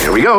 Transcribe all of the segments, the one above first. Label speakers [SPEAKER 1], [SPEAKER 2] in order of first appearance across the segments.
[SPEAKER 1] Here we go.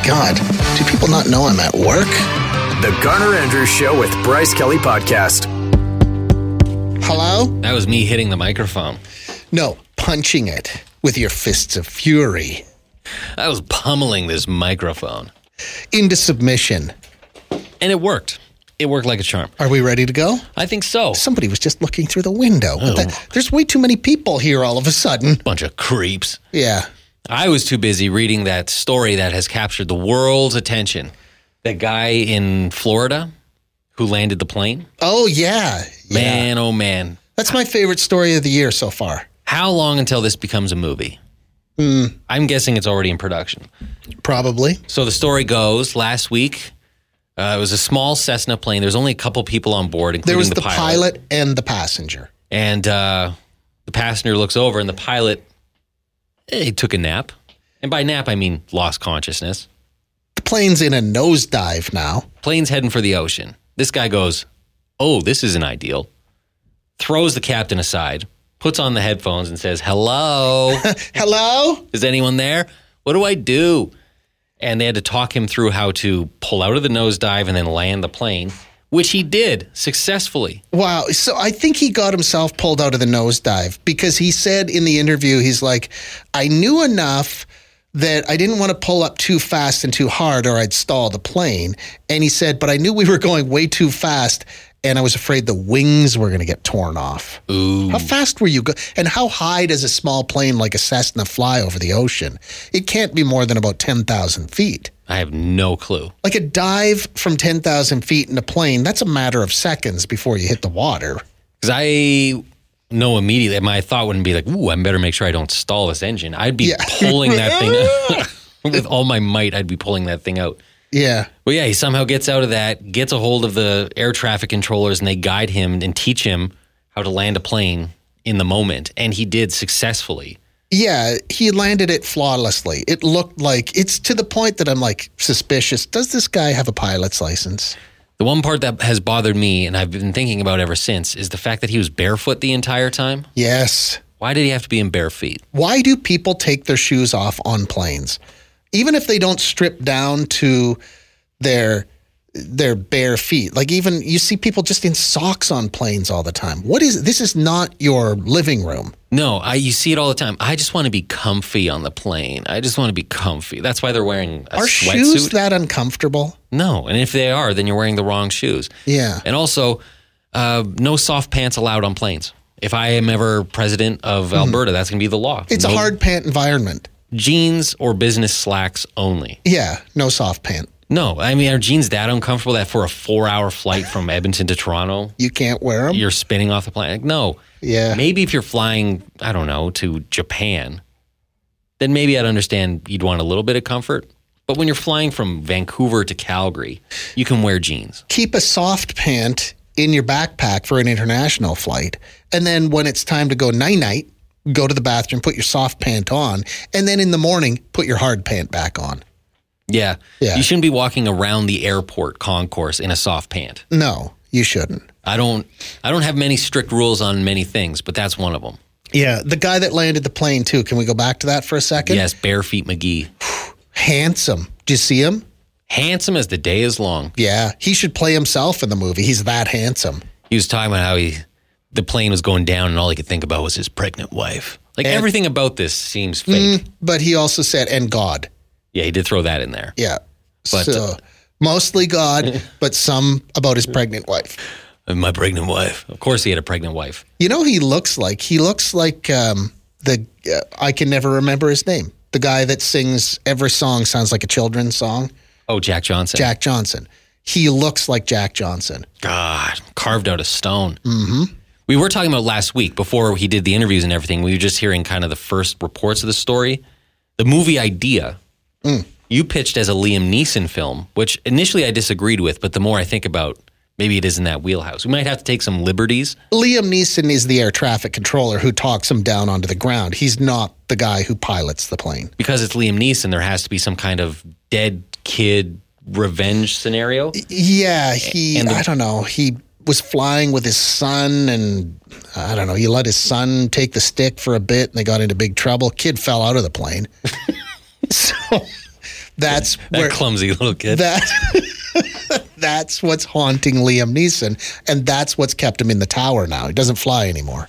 [SPEAKER 2] God, do people not know I'm at work?
[SPEAKER 3] The Garner Andrews Show with Bryce Kelly Podcast.
[SPEAKER 2] Hello?
[SPEAKER 4] That was me hitting the microphone.
[SPEAKER 2] No, punching it with your fists of fury
[SPEAKER 4] I was pummeling this microphone.
[SPEAKER 2] into submission.
[SPEAKER 4] And it worked. It worked like a charm.
[SPEAKER 2] Are we ready to go?
[SPEAKER 4] I think so.
[SPEAKER 2] Somebody was just looking through the window. What the- there's way too many people here all of a sudden.
[SPEAKER 4] Bunch of creeps.
[SPEAKER 2] Yeah.
[SPEAKER 4] I was too busy reading that story that has captured the world's attention. That guy in Florida who landed the plane.
[SPEAKER 2] Oh, yeah. Yeah.
[SPEAKER 4] Man, oh man.
[SPEAKER 2] That's my favorite story of the year so far.
[SPEAKER 4] How long until this becomes a movie? I'm guessing it's already in production.
[SPEAKER 2] Probably.
[SPEAKER 4] So the story goes last week, uh, it was a small Cessna plane. There's only a couple people on board, including
[SPEAKER 2] There was
[SPEAKER 4] the, pilot.
[SPEAKER 2] pilot and the passenger.
[SPEAKER 4] And uh, the passenger looks over, and the pilot eh, he took a nap. And by nap, I mean lost consciousness.
[SPEAKER 2] The plane's in a nosedive now.
[SPEAKER 4] Plane's heading for the ocean. This guy goes, Oh, this isn't ideal. Throws the captain aside, puts on the headphones, and says, Hello.
[SPEAKER 2] Hello?
[SPEAKER 4] Is anyone there? What do I do? And they had to talk him through how to pull out of the nosedive and then land the plane, which he did successfully.
[SPEAKER 2] Wow. So I think he got himself pulled out of the nosedive because he said in the interview, he's like, I knew enough that I didn't want to pull up too fast and too hard or I'd stall the plane. And he said, but I knew we were going way too fast and I was afraid the wings were going to get torn off. Ooh. How fast were you? Go- and how high does a small plane like a Cessna fly over the ocean? It can't be more than about 10,000 feet.
[SPEAKER 4] I have no clue.
[SPEAKER 2] Like a dive from 10,000 feet in a plane, that's a matter of seconds before you hit the water.
[SPEAKER 4] Because I know immediately, my thought wouldn't be like, ooh, I better make sure I don't stall this engine. I'd be pulling that thing with all my might. I'd be pulling that thing out.
[SPEAKER 2] Yeah.
[SPEAKER 4] Well, yeah, he somehow gets out of that, gets a hold of the air traffic controllers, and they guide him and teach him how to land a plane in the moment. And he did successfully.
[SPEAKER 2] Yeah, he landed it flawlessly. It looked like it's to the point that I'm like suspicious. Does this guy have a pilot's license?
[SPEAKER 4] The one part that has bothered me and I've been thinking about ever since is the fact that he was barefoot the entire time.
[SPEAKER 2] Yes.
[SPEAKER 4] Why did he have to be in bare feet?
[SPEAKER 2] Why do people take their shoes off on planes? Even if they don't strip down to their their bare feet. Like even you see people just in socks on planes all the time. What is this is not your living room.
[SPEAKER 4] No, I you see it all the time. I just want to be comfy on the plane. I just want to be comfy. That's why they're wearing a
[SPEAKER 2] Are shoes
[SPEAKER 4] sweatsuit.
[SPEAKER 2] that uncomfortable?
[SPEAKER 4] no, and if they are, then you're wearing the wrong shoes.
[SPEAKER 2] Yeah.
[SPEAKER 4] And also, uh, no soft pants allowed on planes. If I am ever president of Alberta, that's going to be the law.
[SPEAKER 2] Mm-hmm. It's
[SPEAKER 4] No
[SPEAKER 2] a hard pant environment.
[SPEAKER 4] jeans or business slacks only.
[SPEAKER 2] Yeah, no soft pant.
[SPEAKER 4] No, I mean, are jeans that uncomfortable that for a four-hour flight from Edmonton to Toronto?
[SPEAKER 2] You can't wear them.
[SPEAKER 4] you're spinning off the planet. No.
[SPEAKER 2] Yeah.
[SPEAKER 4] Maybe if you're flying, I don't know, to Japan, then maybe I'd understand you'd want a little bit of comfort. But when you're flying from Vancouver to Calgary, you can wear jeans.
[SPEAKER 2] keep a soft pant in your backpack for an international flight. And then when it's time to go night night, go to the bathroom, put your soft pant on. And then in the morning, put your hard pant back on.
[SPEAKER 4] Yeah.
[SPEAKER 2] Yeah.
[SPEAKER 4] You shouldn't be walking around the airport concourse in a soft pant.
[SPEAKER 2] No, you shouldn't.
[SPEAKER 4] I don't I don't have many strict rules on many things, but that's one of them.
[SPEAKER 2] Yeah. The guy that landed the plane, too. Can we go back to that for a second?
[SPEAKER 4] Yes, bare feet McGee.
[SPEAKER 2] Handsome. Do you see him?
[SPEAKER 4] Handsome as the day is long.
[SPEAKER 2] Yeah. He should play himself in the movie. He's that handsome.
[SPEAKER 4] He was talking about how he the plane was going down and all he could think about was his pregnant wife. Like everything about this seems
[SPEAKER 2] Mm.
[SPEAKER 4] fake.
[SPEAKER 2] But he also said, and God.
[SPEAKER 4] Yeah, he did throw that in there.
[SPEAKER 2] Yeah.
[SPEAKER 4] But,
[SPEAKER 2] so
[SPEAKER 4] uh,
[SPEAKER 2] mostly God, but some about his pregnant wife.
[SPEAKER 4] And My pregnant wife. Of course, he had a pregnant wife.
[SPEAKER 2] You know, who he looks like he looks like um, the uh, I can never remember his name. The guy that sings every song sounds like a children's song.
[SPEAKER 4] Oh, Jack Johnson.
[SPEAKER 2] Jack Johnson. He looks like Jack Johnson.
[SPEAKER 4] God, carved out of stone. Mm-hmm. We were talking about last week before he did the interviews and everything. We were just hearing kind of the first reports of the story. The movie idea You pitched as a Liam Neeson film, which initially I disagreed with, but the more I think about, maybe it is in that wheelhouse. We might have to take some liberties.
[SPEAKER 2] Liam Neeson is the air traffic controller who talks him down onto the ground. He's not the guy who pilots the plane.
[SPEAKER 4] because it's Liam Neeson, there has to be some kind of dead kid revenge scenario.
[SPEAKER 2] Yeah, he. I don't know. He was flying with his son, and I don't know. He let his son take the stick for a bit, and they got into big trouble. Kid fell out of the plane. so that's where
[SPEAKER 4] That clumsy little kid.
[SPEAKER 2] that. That's what's haunting Liam Neeson, and that's what's kept him in the tower now. He doesn't fly anymore.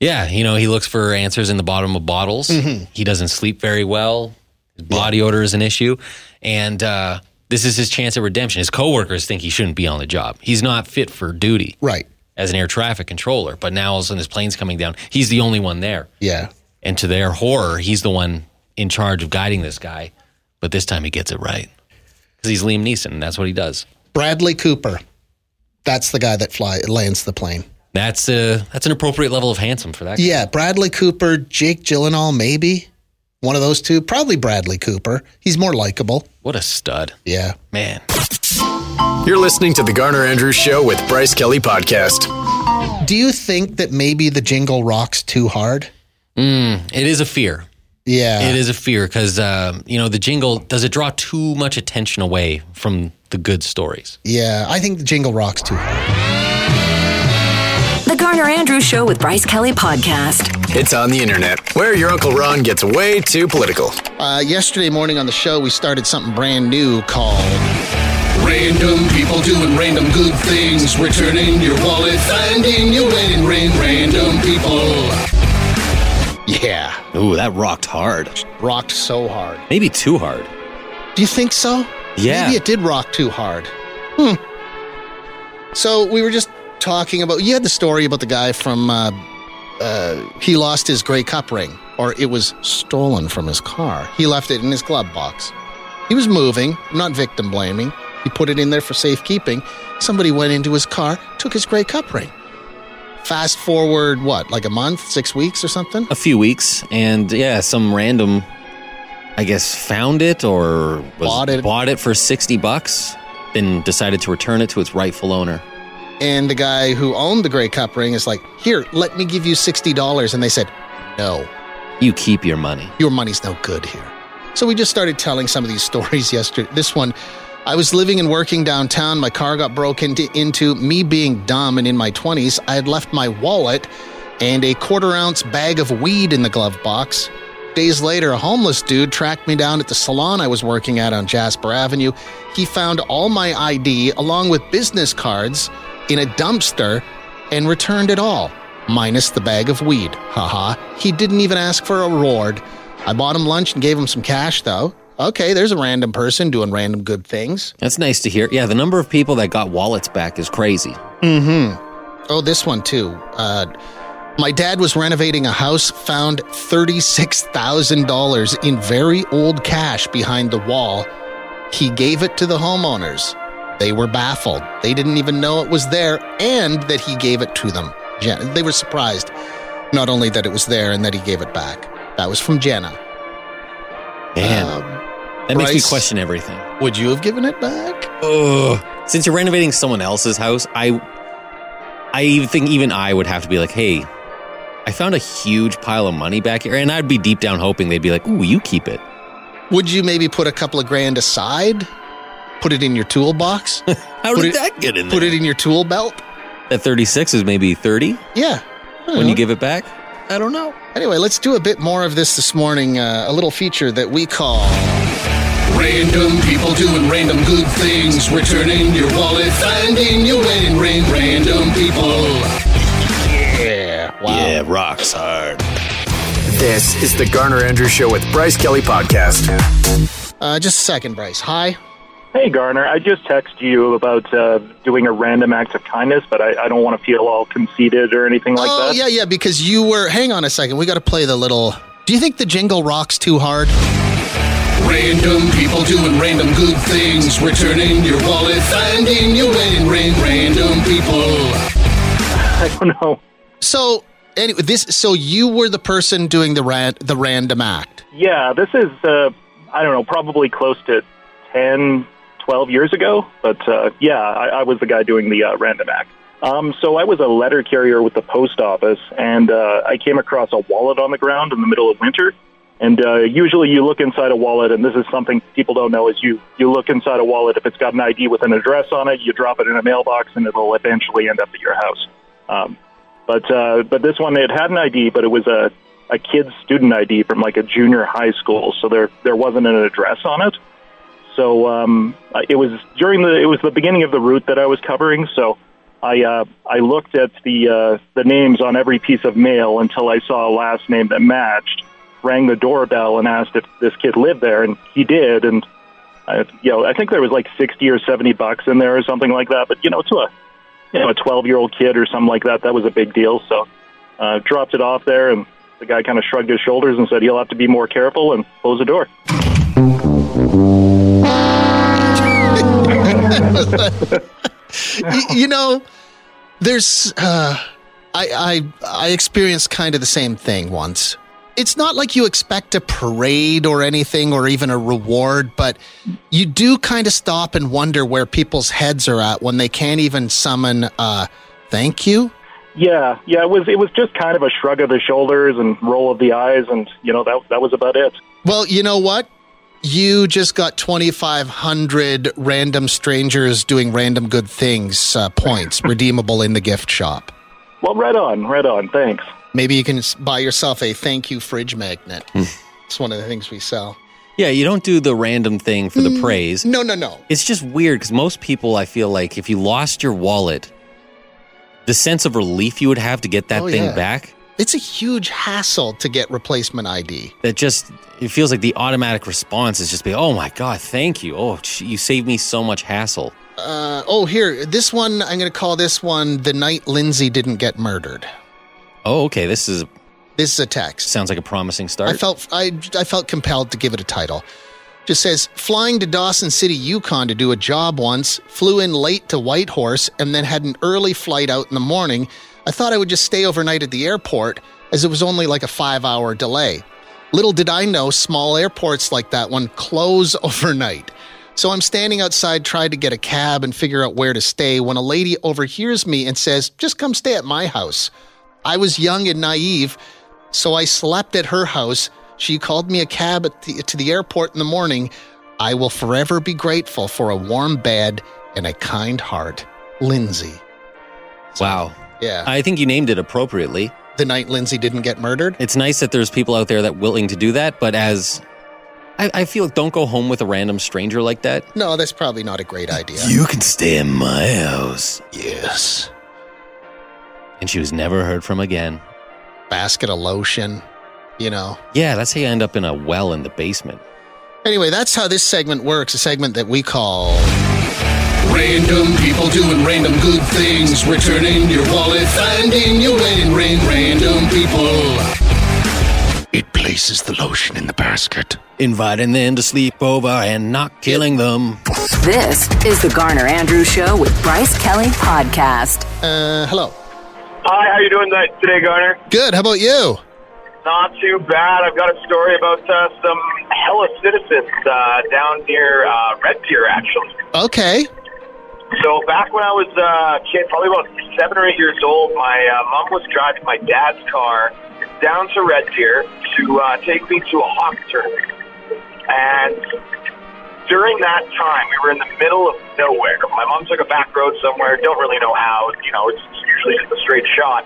[SPEAKER 4] yeah, you know, he looks for answers in the bottom of bottles.
[SPEAKER 2] Mm-hmm.
[SPEAKER 4] He doesn't sleep very well. His body odor is an issue, and uh, this is his chance at redemption. His coworkers think he shouldn't be on the job. He's not fit for duty
[SPEAKER 2] Right.
[SPEAKER 4] as an air traffic controller. But now all of a sudden, his plane's coming down. He's the only one there,
[SPEAKER 2] Yeah.
[SPEAKER 4] and to their horror, he's the one in charge of guiding this guy. But this time, he gets it right because he's Liam Neeson, and that's what he does.
[SPEAKER 2] Bradley Cooper. That's the guy that fly lands the plane.
[SPEAKER 4] That's a that's an appropriate level of handsome for that. Guy.
[SPEAKER 2] Yeah, Bradley Cooper, Jake Gyllenhaal, maybe one of those two. Probably Bradley Cooper. He's more likable.
[SPEAKER 4] What a stud,
[SPEAKER 2] Yeah.
[SPEAKER 4] man.
[SPEAKER 3] You're listening to The Garner Andrews Show with Bryce Kelly Podcast.
[SPEAKER 2] Do you think that maybe the jingle rocks too hard?
[SPEAKER 4] It is a fear.
[SPEAKER 2] Yeah.
[SPEAKER 4] It is a fear because uh, you know the jingle does it draw too much attention away from the good stories.
[SPEAKER 2] Yeah. I think the jingle rocks too hard.
[SPEAKER 5] The Garner Andrews Show with Bryce Kelly Podcast.
[SPEAKER 3] It's on the internet, where your Uncle Ron gets way too political.
[SPEAKER 2] Uh, yesterday morning on the show, we started something brand new called Random People Doing Random Good Things, Returning Your Wallet, Finding Your Wedding Ring, Random People. Yeah.
[SPEAKER 6] Ooh, that rocked hard.
[SPEAKER 2] Rocked so hard.
[SPEAKER 6] Maybe too hard.
[SPEAKER 2] Do you think so?
[SPEAKER 6] Yeah.
[SPEAKER 2] Maybe it did rock too hard. Hmm. So we were just talking about. You had the story about the guy from. Uh, uh, he lost his gray cup ring, or it was stolen from his car. He left it in his glove box. He was moving, not victim blaming. He put it in there for safekeeping. Somebody went into his car, took his gray cup ring. Fast forward, what, like a month, six weeks or something?
[SPEAKER 6] A few weeks, and yeah, some random, I guess, found it or was,
[SPEAKER 2] Bought it.
[SPEAKER 6] bought it for 60 bucks, then decided to return it to its rightful owner.
[SPEAKER 2] And the guy who owned the gray cup ring is like, Here, let me give you $60. And they said, No,
[SPEAKER 6] You keep your money.
[SPEAKER 2] your money's no good here. So we just started telling some of these stories yesterday. This one, I was living and working downtown. My car got broken to, into. Me being dumb and in my 20s, I had left my wallet and a quarter ounce bag of weed in the glove box. Days later, a homeless dude tracked me down at the salon I was working at on Jasper Avenue. He found all my ID along with business cards in a dumpster and returned it all, minus the bag of weed. Haha. He didn't even ask for a reward. I bought him lunch and gave him some cash, though. Okay, there's a random person doing random good things.
[SPEAKER 6] That's nice to hear. Yeah, the number of people that got wallets back is crazy.
[SPEAKER 2] Oh, this one too. Uh, my dad was renovating a house, found $36,000 in very old cash behind the wall. He gave it to the homeowners. They were baffled. They didn't even know it was there and that he gave it to them. Jen- they were surprised, not only that it was there and that he gave it back. That was from Jenna.
[SPEAKER 6] Man,
[SPEAKER 2] Um,
[SPEAKER 6] Uh, that makes me
[SPEAKER 2] Bryce-
[SPEAKER 6] question everything.
[SPEAKER 2] would you have given it back?
[SPEAKER 6] Ugh. Since you're renovating someone else's house, I I even think even I would have to be like, hey, I found a huge pile of money back here, and I'd be deep down hoping they'd be like, ooh, you keep it.
[SPEAKER 2] Would you maybe put a couple of grand aside? Put it in your toolbox?
[SPEAKER 6] How
[SPEAKER 2] Put
[SPEAKER 6] did
[SPEAKER 2] it-
[SPEAKER 6] that get in there?
[SPEAKER 2] put it in your tool belt?
[SPEAKER 6] That 36 is maybe 30
[SPEAKER 2] Yeah.
[SPEAKER 6] when
[SPEAKER 2] Uh-huh.
[SPEAKER 6] you give it back.
[SPEAKER 2] I don't know. Anyway, let's do a bit more of this this morning. Uh, a little feature that we call Random People Doing Random Good Things, Returning Your Wallet, Finding Your Wedding Ring, Random People. Yeah. Wow.
[SPEAKER 6] rocks hard.
[SPEAKER 3] This is The Garner Andrews Show with Bryce Kelly Podcast.
[SPEAKER 2] Uh, just a second, Bryce. Hi.
[SPEAKER 1] Hey, Garner, I just texted you about uh, doing a random act of kindness, but I, I don't want to feel all conceited or anything like
[SPEAKER 2] oh,
[SPEAKER 1] that.
[SPEAKER 2] yeah, yeah, because you were. Hang on a second. We got to play the little. Do you think the jingle rocks too hard? Random people doing random good things, returning your wallet, finding your wedding ring, random people.
[SPEAKER 1] I don't know.
[SPEAKER 2] So anyway, this so you were the person doing the ran, the random act.
[SPEAKER 1] Yeah, this is. Uh, I don't know, probably close to 10, 12 years ago. But uh, yeah, I, I was the guy doing the uh, random act. Um, so I was a letter carrier with the post office, and uh, I came across a wallet on the ground in the middle of winter. And uh, usually, you look inside a wallet, and this is something people don't know: is you you look inside a wallet if it's got an ID with an address on it, you drop it in a mailbox, and it'll eventually end up at your house. Um, but uh, but this one, it had an ID, but it was a a kid's student ID from like a junior high school, so there there wasn't an address on it. So um, uh, it was during the it was the beginning of the route that I was covering. So I uh, I looked at the uh, the names on every piece of mail until I saw a last name that matched. Rang the doorbell and asked if this kid lived there, and he did. And I, you know, I think there was like sixty or seventy bucks in there or something like that. But you know, to a you know a twelve year old kid or something like that, that was a big deal. So uh, dropped it off there, and the guy kind of shrugged his shoulders and said he'll have to be more careful and close the door.
[SPEAKER 2] Y- you know, there's uh, I I I experienced kind of the same thing once. It's not like you expect a parade or anything or even a reward, but you do kind of stop and wonder where people's heads are at when they can't even summon uh thank you.
[SPEAKER 1] Yeah, yeah, it was it was just kind of a shrug of the shoulders and roll of the eyes, and you know that that was about it.
[SPEAKER 2] Well, you know what? You just got 2500 random strangers doing random good things uh, points redeemable in the gift shop.
[SPEAKER 1] Well, right on, right on. Thanks.
[SPEAKER 2] Maybe you can s- buy yourself a thank you fridge magnet. it's one of the things we sell.
[SPEAKER 6] Yeah, you don't do the random thing for the praise.
[SPEAKER 2] No, no, no.
[SPEAKER 6] It's just weird because most people, I feel like, if you lost your wallet, the sense of relief you would have to get that
[SPEAKER 2] Oh,
[SPEAKER 6] thing
[SPEAKER 2] yeah.
[SPEAKER 6] back,
[SPEAKER 2] It's a huge hassle to get replacement ID.
[SPEAKER 6] that just, it feels like the automatic response is just be, oh my God, thank you. Oh, gee, you saved me so much hassle.
[SPEAKER 2] Uh, oh, here, this one, I'm going to call this one The Night Lindsay Didn't Get Murdered.
[SPEAKER 6] Oh, okay. This is
[SPEAKER 2] This is a text.
[SPEAKER 6] sounds like a promising start.
[SPEAKER 2] I felt I I felt compelled to give it a title. Just says flying to Dawson City, Yukon to do a job once, flew in late to Whitehorse and then had an early flight out in the morning. I thought I would just stay overnight at the airport as it was only like a 5-hour delay. Little did I know small airports like that one close overnight. So I'm standing outside trying to get a cab and figure out where to stay when a lady overhears me and says, "Just come stay at my house." I was young and naive, so I slept at her house. She called me a cab at the, to the airport in the morning. I will forever be grateful for a warm bed and a kind heart. Lindsay.
[SPEAKER 6] wow.
[SPEAKER 2] Yeah.
[SPEAKER 6] I think you named it appropriately.
[SPEAKER 2] the night Lindsay didn't get murdered.
[SPEAKER 6] It's nice that there's people out there that willing to do that, but as I, I feel, don't go home with a random stranger like that.
[SPEAKER 2] No, that's probably not a great idea.
[SPEAKER 6] You can stay in my house.
[SPEAKER 2] yes.
[SPEAKER 6] And she was never heard from again.
[SPEAKER 2] Basket of lotion, you know.
[SPEAKER 6] Yeah, that's how you end up in a well in the basement.
[SPEAKER 2] Anyway, that's how this segment works, a segment that we call Random people doing random good things, returning your wallet, finding your way in rain, random people. It places the lotion in the basket.
[SPEAKER 6] Inviting them to sleep over and not killing them.
[SPEAKER 5] This is the Garner Andrews Show with Bryce Kelly Podcast.
[SPEAKER 2] Uh, hello.
[SPEAKER 7] Hi, how you doing tonight- today, Garner?
[SPEAKER 2] Good, how about you?
[SPEAKER 7] Not too bad. I've got a story about uh, some hella citizens uh, down near uh, Red Deer, actually.
[SPEAKER 2] Okay.
[SPEAKER 7] So back when I was a uh, a kid, probably about seven or eight years old, my uh, mom was driving my dad's car down to Red Deer to uh, take me to a hockey tournament. And during that time, we were in the middle of nowhere. My mom took a back road somewhere. Don't really know how. You know, it's usually just a straight shot.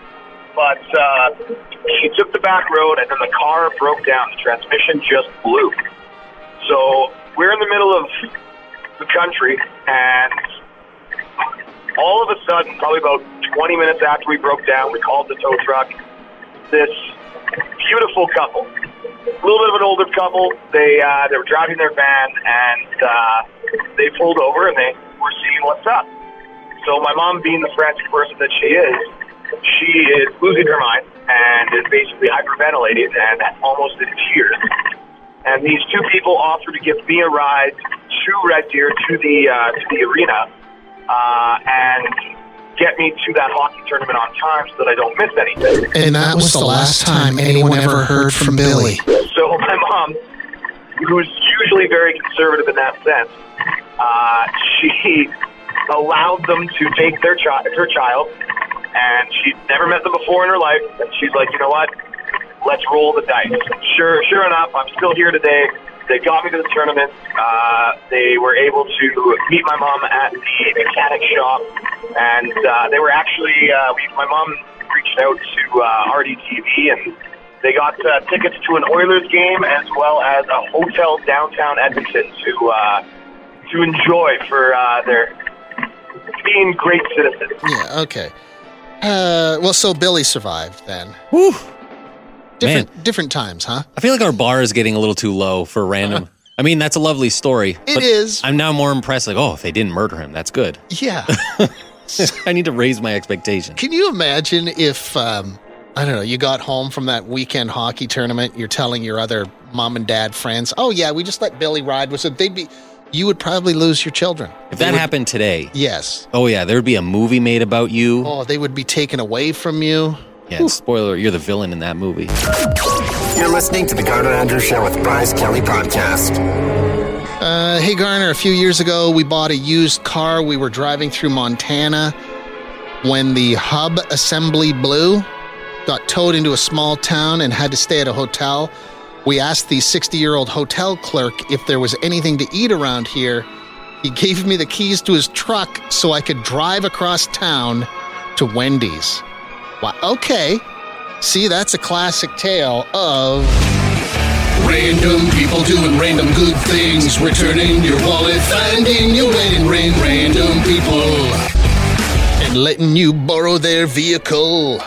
[SPEAKER 7] But uh, she took the back road, and then the car broke down. The transmission just blew. So we're in the middle of the country, and all of a sudden, probably about 20 minutes after we broke down, we called the tow truck. This beautiful couple, a little bit of an older couple. They uh, they were driving their van and uh, they pulled over and they were seeing what's up. So my mom, being the frantic person that she is, she is losing her mind and is basically hyperventilating and almost in tears and these two people offered to give me a ride to Red Deer to the uh, to the arena uh, and get me to that hockey tournament on time so that I don't miss anything.
[SPEAKER 2] And that was the last time anyone ever heard from Billy.
[SPEAKER 7] So my mom who's usually very conservative in that sense, uh, she allowed them to take their chi- her child, and she'd never met them before in her life. And she's like, you know what? Let's roll the dice. Sure, sure enough, I'm still here today. They got me to the tournament. Uh, they were able to meet my mom at the mechanic shop, and uh, they were actually uh, we, my mom reached out to uh, RDTV and they got uh, tickets to an Oilers game as well as a hotel downtown Edmonton to uh, to enjoy for uh, their being great citizens.
[SPEAKER 2] Yeah, okay. Uh, well, so Billy survived then.
[SPEAKER 6] Whew.
[SPEAKER 2] Different different times, huh?
[SPEAKER 6] I feel like our bar is getting a little too low for random. I mean, that's a lovely story. It
[SPEAKER 2] is.
[SPEAKER 6] I'm now more impressed. Like, oh, if they didn't murder him, that's good.
[SPEAKER 2] Yeah.
[SPEAKER 6] I need to raise my expectation.
[SPEAKER 2] Can you imagine if um, I don't know, you got home from that weekend hockey tournament, you're telling your other mom and dad friends, "Oh yeah, we just let Billy ride with us." They'd be you would probably lose your children.
[SPEAKER 6] If that happened today,
[SPEAKER 2] Yes.
[SPEAKER 6] oh yeah, there would be a movie made about you.
[SPEAKER 2] Oh, they would be taken away from you.
[SPEAKER 6] Yeah, and spoiler, you're the villain in that movie.
[SPEAKER 3] You're listening to the Garner Andrews Show with Bryce Kelly Podcast.
[SPEAKER 2] Uh, hey Garner, a few years ago we bought a used car. We were driving through Montana when the hub assembly blew, got towed into a small town, and had to stay at a hotel. We asked the 60 year old hotel clerk if there was anything to eat around here. He gave me the keys to his truck so I could drive across town to Wendy's. Wow, okay. See, that's a classic tale of. Random people doing random good things, returning your wallet, finding you in ran, random people, and letting you borrow their vehicle.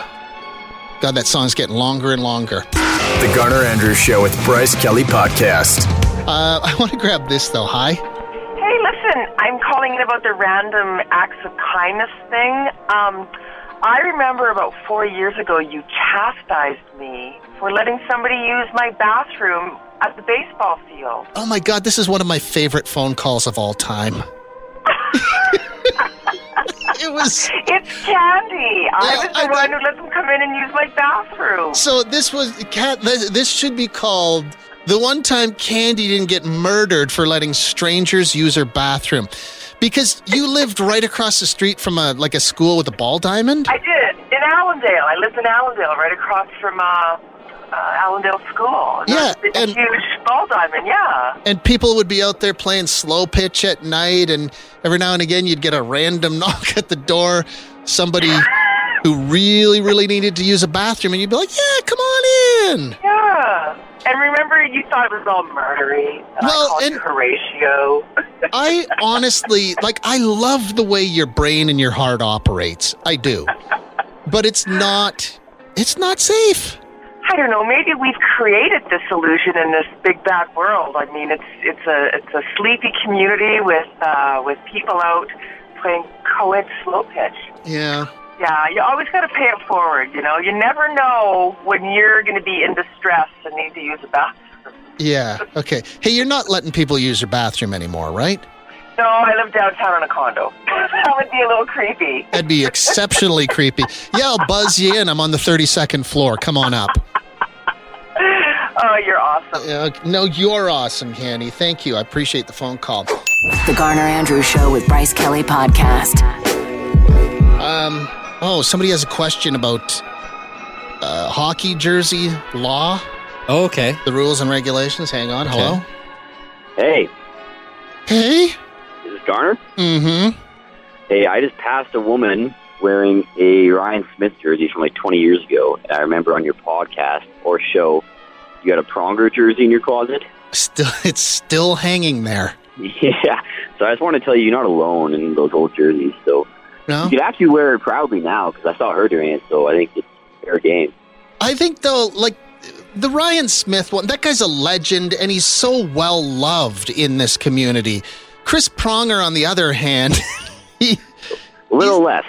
[SPEAKER 2] God, that song's getting longer and longer.
[SPEAKER 3] The Garner Andrews Show with Bryce Kelly Podcast.
[SPEAKER 2] Uh, I want to grab this though. Hi.
[SPEAKER 8] Hey, listen, I'm calling in about the random acts of kindness thing. Um, I remember about four years ago you chastised me for letting somebody use my bathroom at the baseball field.
[SPEAKER 2] Oh my God, this is one of my favorite phone calls of all time. it was.
[SPEAKER 8] It's Candy. I was the
[SPEAKER 2] I
[SPEAKER 8] one
[SPEAKER 2] know.
[SPEAKER 8] who let them come in and use my bathroom.
[SPEAKER 2] So this was cat. This this should be called the one time Candy didn't get murdered for letting strangers use her bathroom, because you lived right across the street from a like a school with a ball diamond.
[SPEAKER 8] I did in Allendale. I lived in Allendale, right across from uh, uh, Allendale School.
[SPEAKER 2] Yeah,
[SPEAKER 8] it's a
[SPEAKER 2] and-
[SPEAKER 8] huge ball diamond. Yeah.
[SPEAKER 2] And people would be out there playing slow pitch at night, and every now and again you'd get a random knock at the door, somebody who really, really needed to use a bathroom, and you'd be like, "Yeah, come on in."
[SPEAKER 8] Yeah. And remember, you thought it was all murdery. and
[SPEAKER 2] Well,
[SPEAKER 8] I called
[SPEAKER 2] and-
[SPEAKER 8] you Horatio.
[SPEAKER 2] I honestly, like, I love the way your brain and your heart operates. I do. But it's not, it's not safe.
[SPEAKER 8] I don't know. Maybe we've created this illusion in this big bad world. I mean, it's it's a it's a sleepy community with uh, with people out playing co-ed slow pitch.
[SPEAKER 2] Yeah.
[SPEAKER 8] Yeah, you always got to pay it forward. You know, you never know when you're going to be in distress and need to use a bathroom.
[SPEAKER 2] Yeah. Okay. Hey, you're not letting people use your bathroom anymore, right?
[SPEAKER 8] No, I live downtown in a condo. that would be a little creepy.
[SPEAKER 2] That'd be exceptionally creepy. Yeah, I'll buzz you in. I'm on the 32nd floor. Come on up.
[SPEAKER 8] Oh, you're awesome.
[SPEAKER 2] Uh, no, you're awesome, Candy. Thank you. I appreciate the phone call.
[SPEAKER 5] The Garner Andrews Show with Bryce Kelly Podcast.
[SPEAKER 2] Um, oh, somebody has a question about uh, hockey jersey law,
[SPEAKER 6] Oh, okay.
[SPEAKER 2] the rules and regulations. Hang on. Hello.
[SPEAKER 6] Okay.
[SPEAKER 7] Hey,
[SPEAKER 2] Hey.
[SPEAKER 7] is this Garner?
[SPEAKER 2] Mm-hmm.
[SPEAKER 7] Hey, I just passed a woman wearing a Ryan Smith jersey from like 20 years ago. And I remember on your podcast or show, you had a Pronger jersey in your closet.
[SPEAKER 2] Still, it's still hanging there.
[SPEAKER 7] Yeah. So I just want to tell you, you're not alone in those old jerseys. So
[SPEAKER 2] No,
[SPEAKER 7] you could actually wear it proudly now because I saw her doing it. So I think it's fair game.
[SPEAKER 2] I think though, like the Ryan Smith one, that guy's a legend, and he's so well loved in this community. Chris Pronger, on the other hand, he,
[SPEAKER 7] A little less.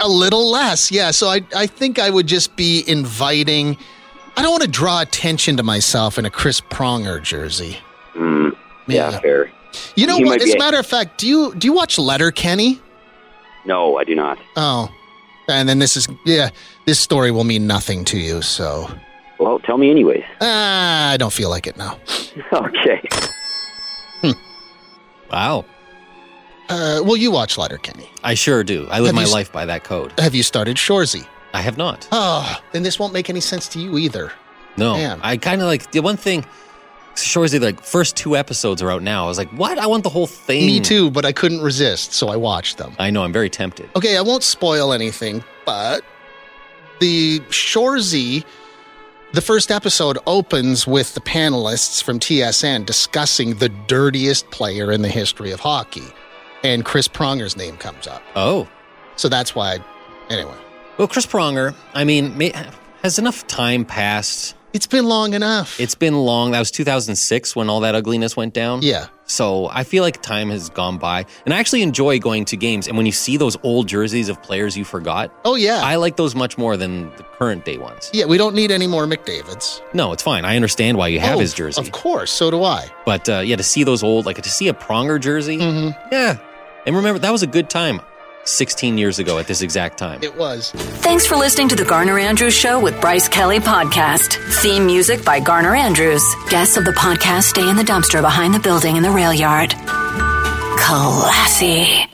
[SPEAKER 2] a little less. Yeah, so I, I think I would just be inviting. I don't want to draw attention to myself in a Chris Pronger jersey.
[SPEAKER 7] Mm, yeah,
[SPEAKER 2] Yeah.
[SPEAKER 7] fair.
[SPEAKER 2] You know
[SPEAKER 7] He
[SPEAKER 2] what?
[SPEAKER 7] might
[SPEAKER 2] As
[SPEAKER 7] be
[SPEAKER 2] a
[SPEAKER 7] a-
[SPEAKER 2] matter of fact, do you do you watch Letter Kenny?
[SPEAKER 7] No, I do not.
[SPEAKER 2] Oh, and then this is yeah. This story will mean nothing to you, so.
[SPEAKER 7] Well, Tell me anyways.
[SPEAKER 2] Ah, I don't feel like it now.
[SPEAKER 7] okay.
[SPEAKER 4] Wow.
[SPEAKER 2] Uh, well, you watch Letterkenny.
[SPEAKER 4] I sure do. I live
[SPEAKER 2] Have
[SPEAKER 4] my
[SPEAKER 2] you s-
[SPEAKER 4] life by that code.
[SPEAKER 2] Have you started Shorzy?
[SPEAKER 4] I have not.
[SPEAKER 2] Oh, then this won't make any sense to you either.
[SPEAKER 4] No.
[SPEAKER 2] Man.
[SPEAKER 4] I kind of like the one thing. Shorzy, like first two episodes are out now. I was like, what? I want the whole thing.
[SPEAKER 2] Me too, but I couldn't resist, so I watched them.
[SPEAKER 4] I know. I'm very tempted.
[SPEAKER 2] Okay, I won't spoil anything, but the Shorzy, the first episode opens with the panelists from TSN discussing the dirtiest player in the history of hockey, and Chris Pronger's name comes up.
[SPEAKER 4] Oh.
[SPEAKER 2] So that's why, anyway,
[SPEAKER 4] Well, Chris Pronger, I mean, may, has enough time passed?
[SPEAKER 2] it's been long enough.
[SPEAKER 4] It's been long. That was 2006 when all that ugliness went down.
[SPEAKER 2] Yeah.
[SPEAKER 4] So I feel like time has gone by. And I actually enjoy going to games. And when you see those old jerseys of players you forgot,
[SPEAKER 2] Oh, yeah.
[SPEAKER 4] I like those much more than the current day ones.
[SPEAKER 2] yeah, we don't need any more McDavids.
[SPEAKER 4] No, it's fine. I understand why you have
[SPEAKER 2] Oh,
[SPEAKER 4] his jersey.
[SPEAKER 2] Of course, so do I.
[SPEAKER 4] But uh, yeah, to see those old, like to see a Pronger jersey,
[SPEAKER 2] Mm-hmm.
[SPEAKER 4] yeah. And remember, that was a good time 16 years ago at this exact time.
[SPEAKER 2] It was.
[SPEAKER 5] Thanks for listening to the Garner Andrews Show with Bryce Kelly Podcast. Theme music by Garner Andrews. Guests of the podcast stay in the dumpster behind the building in the rail yard. Classy.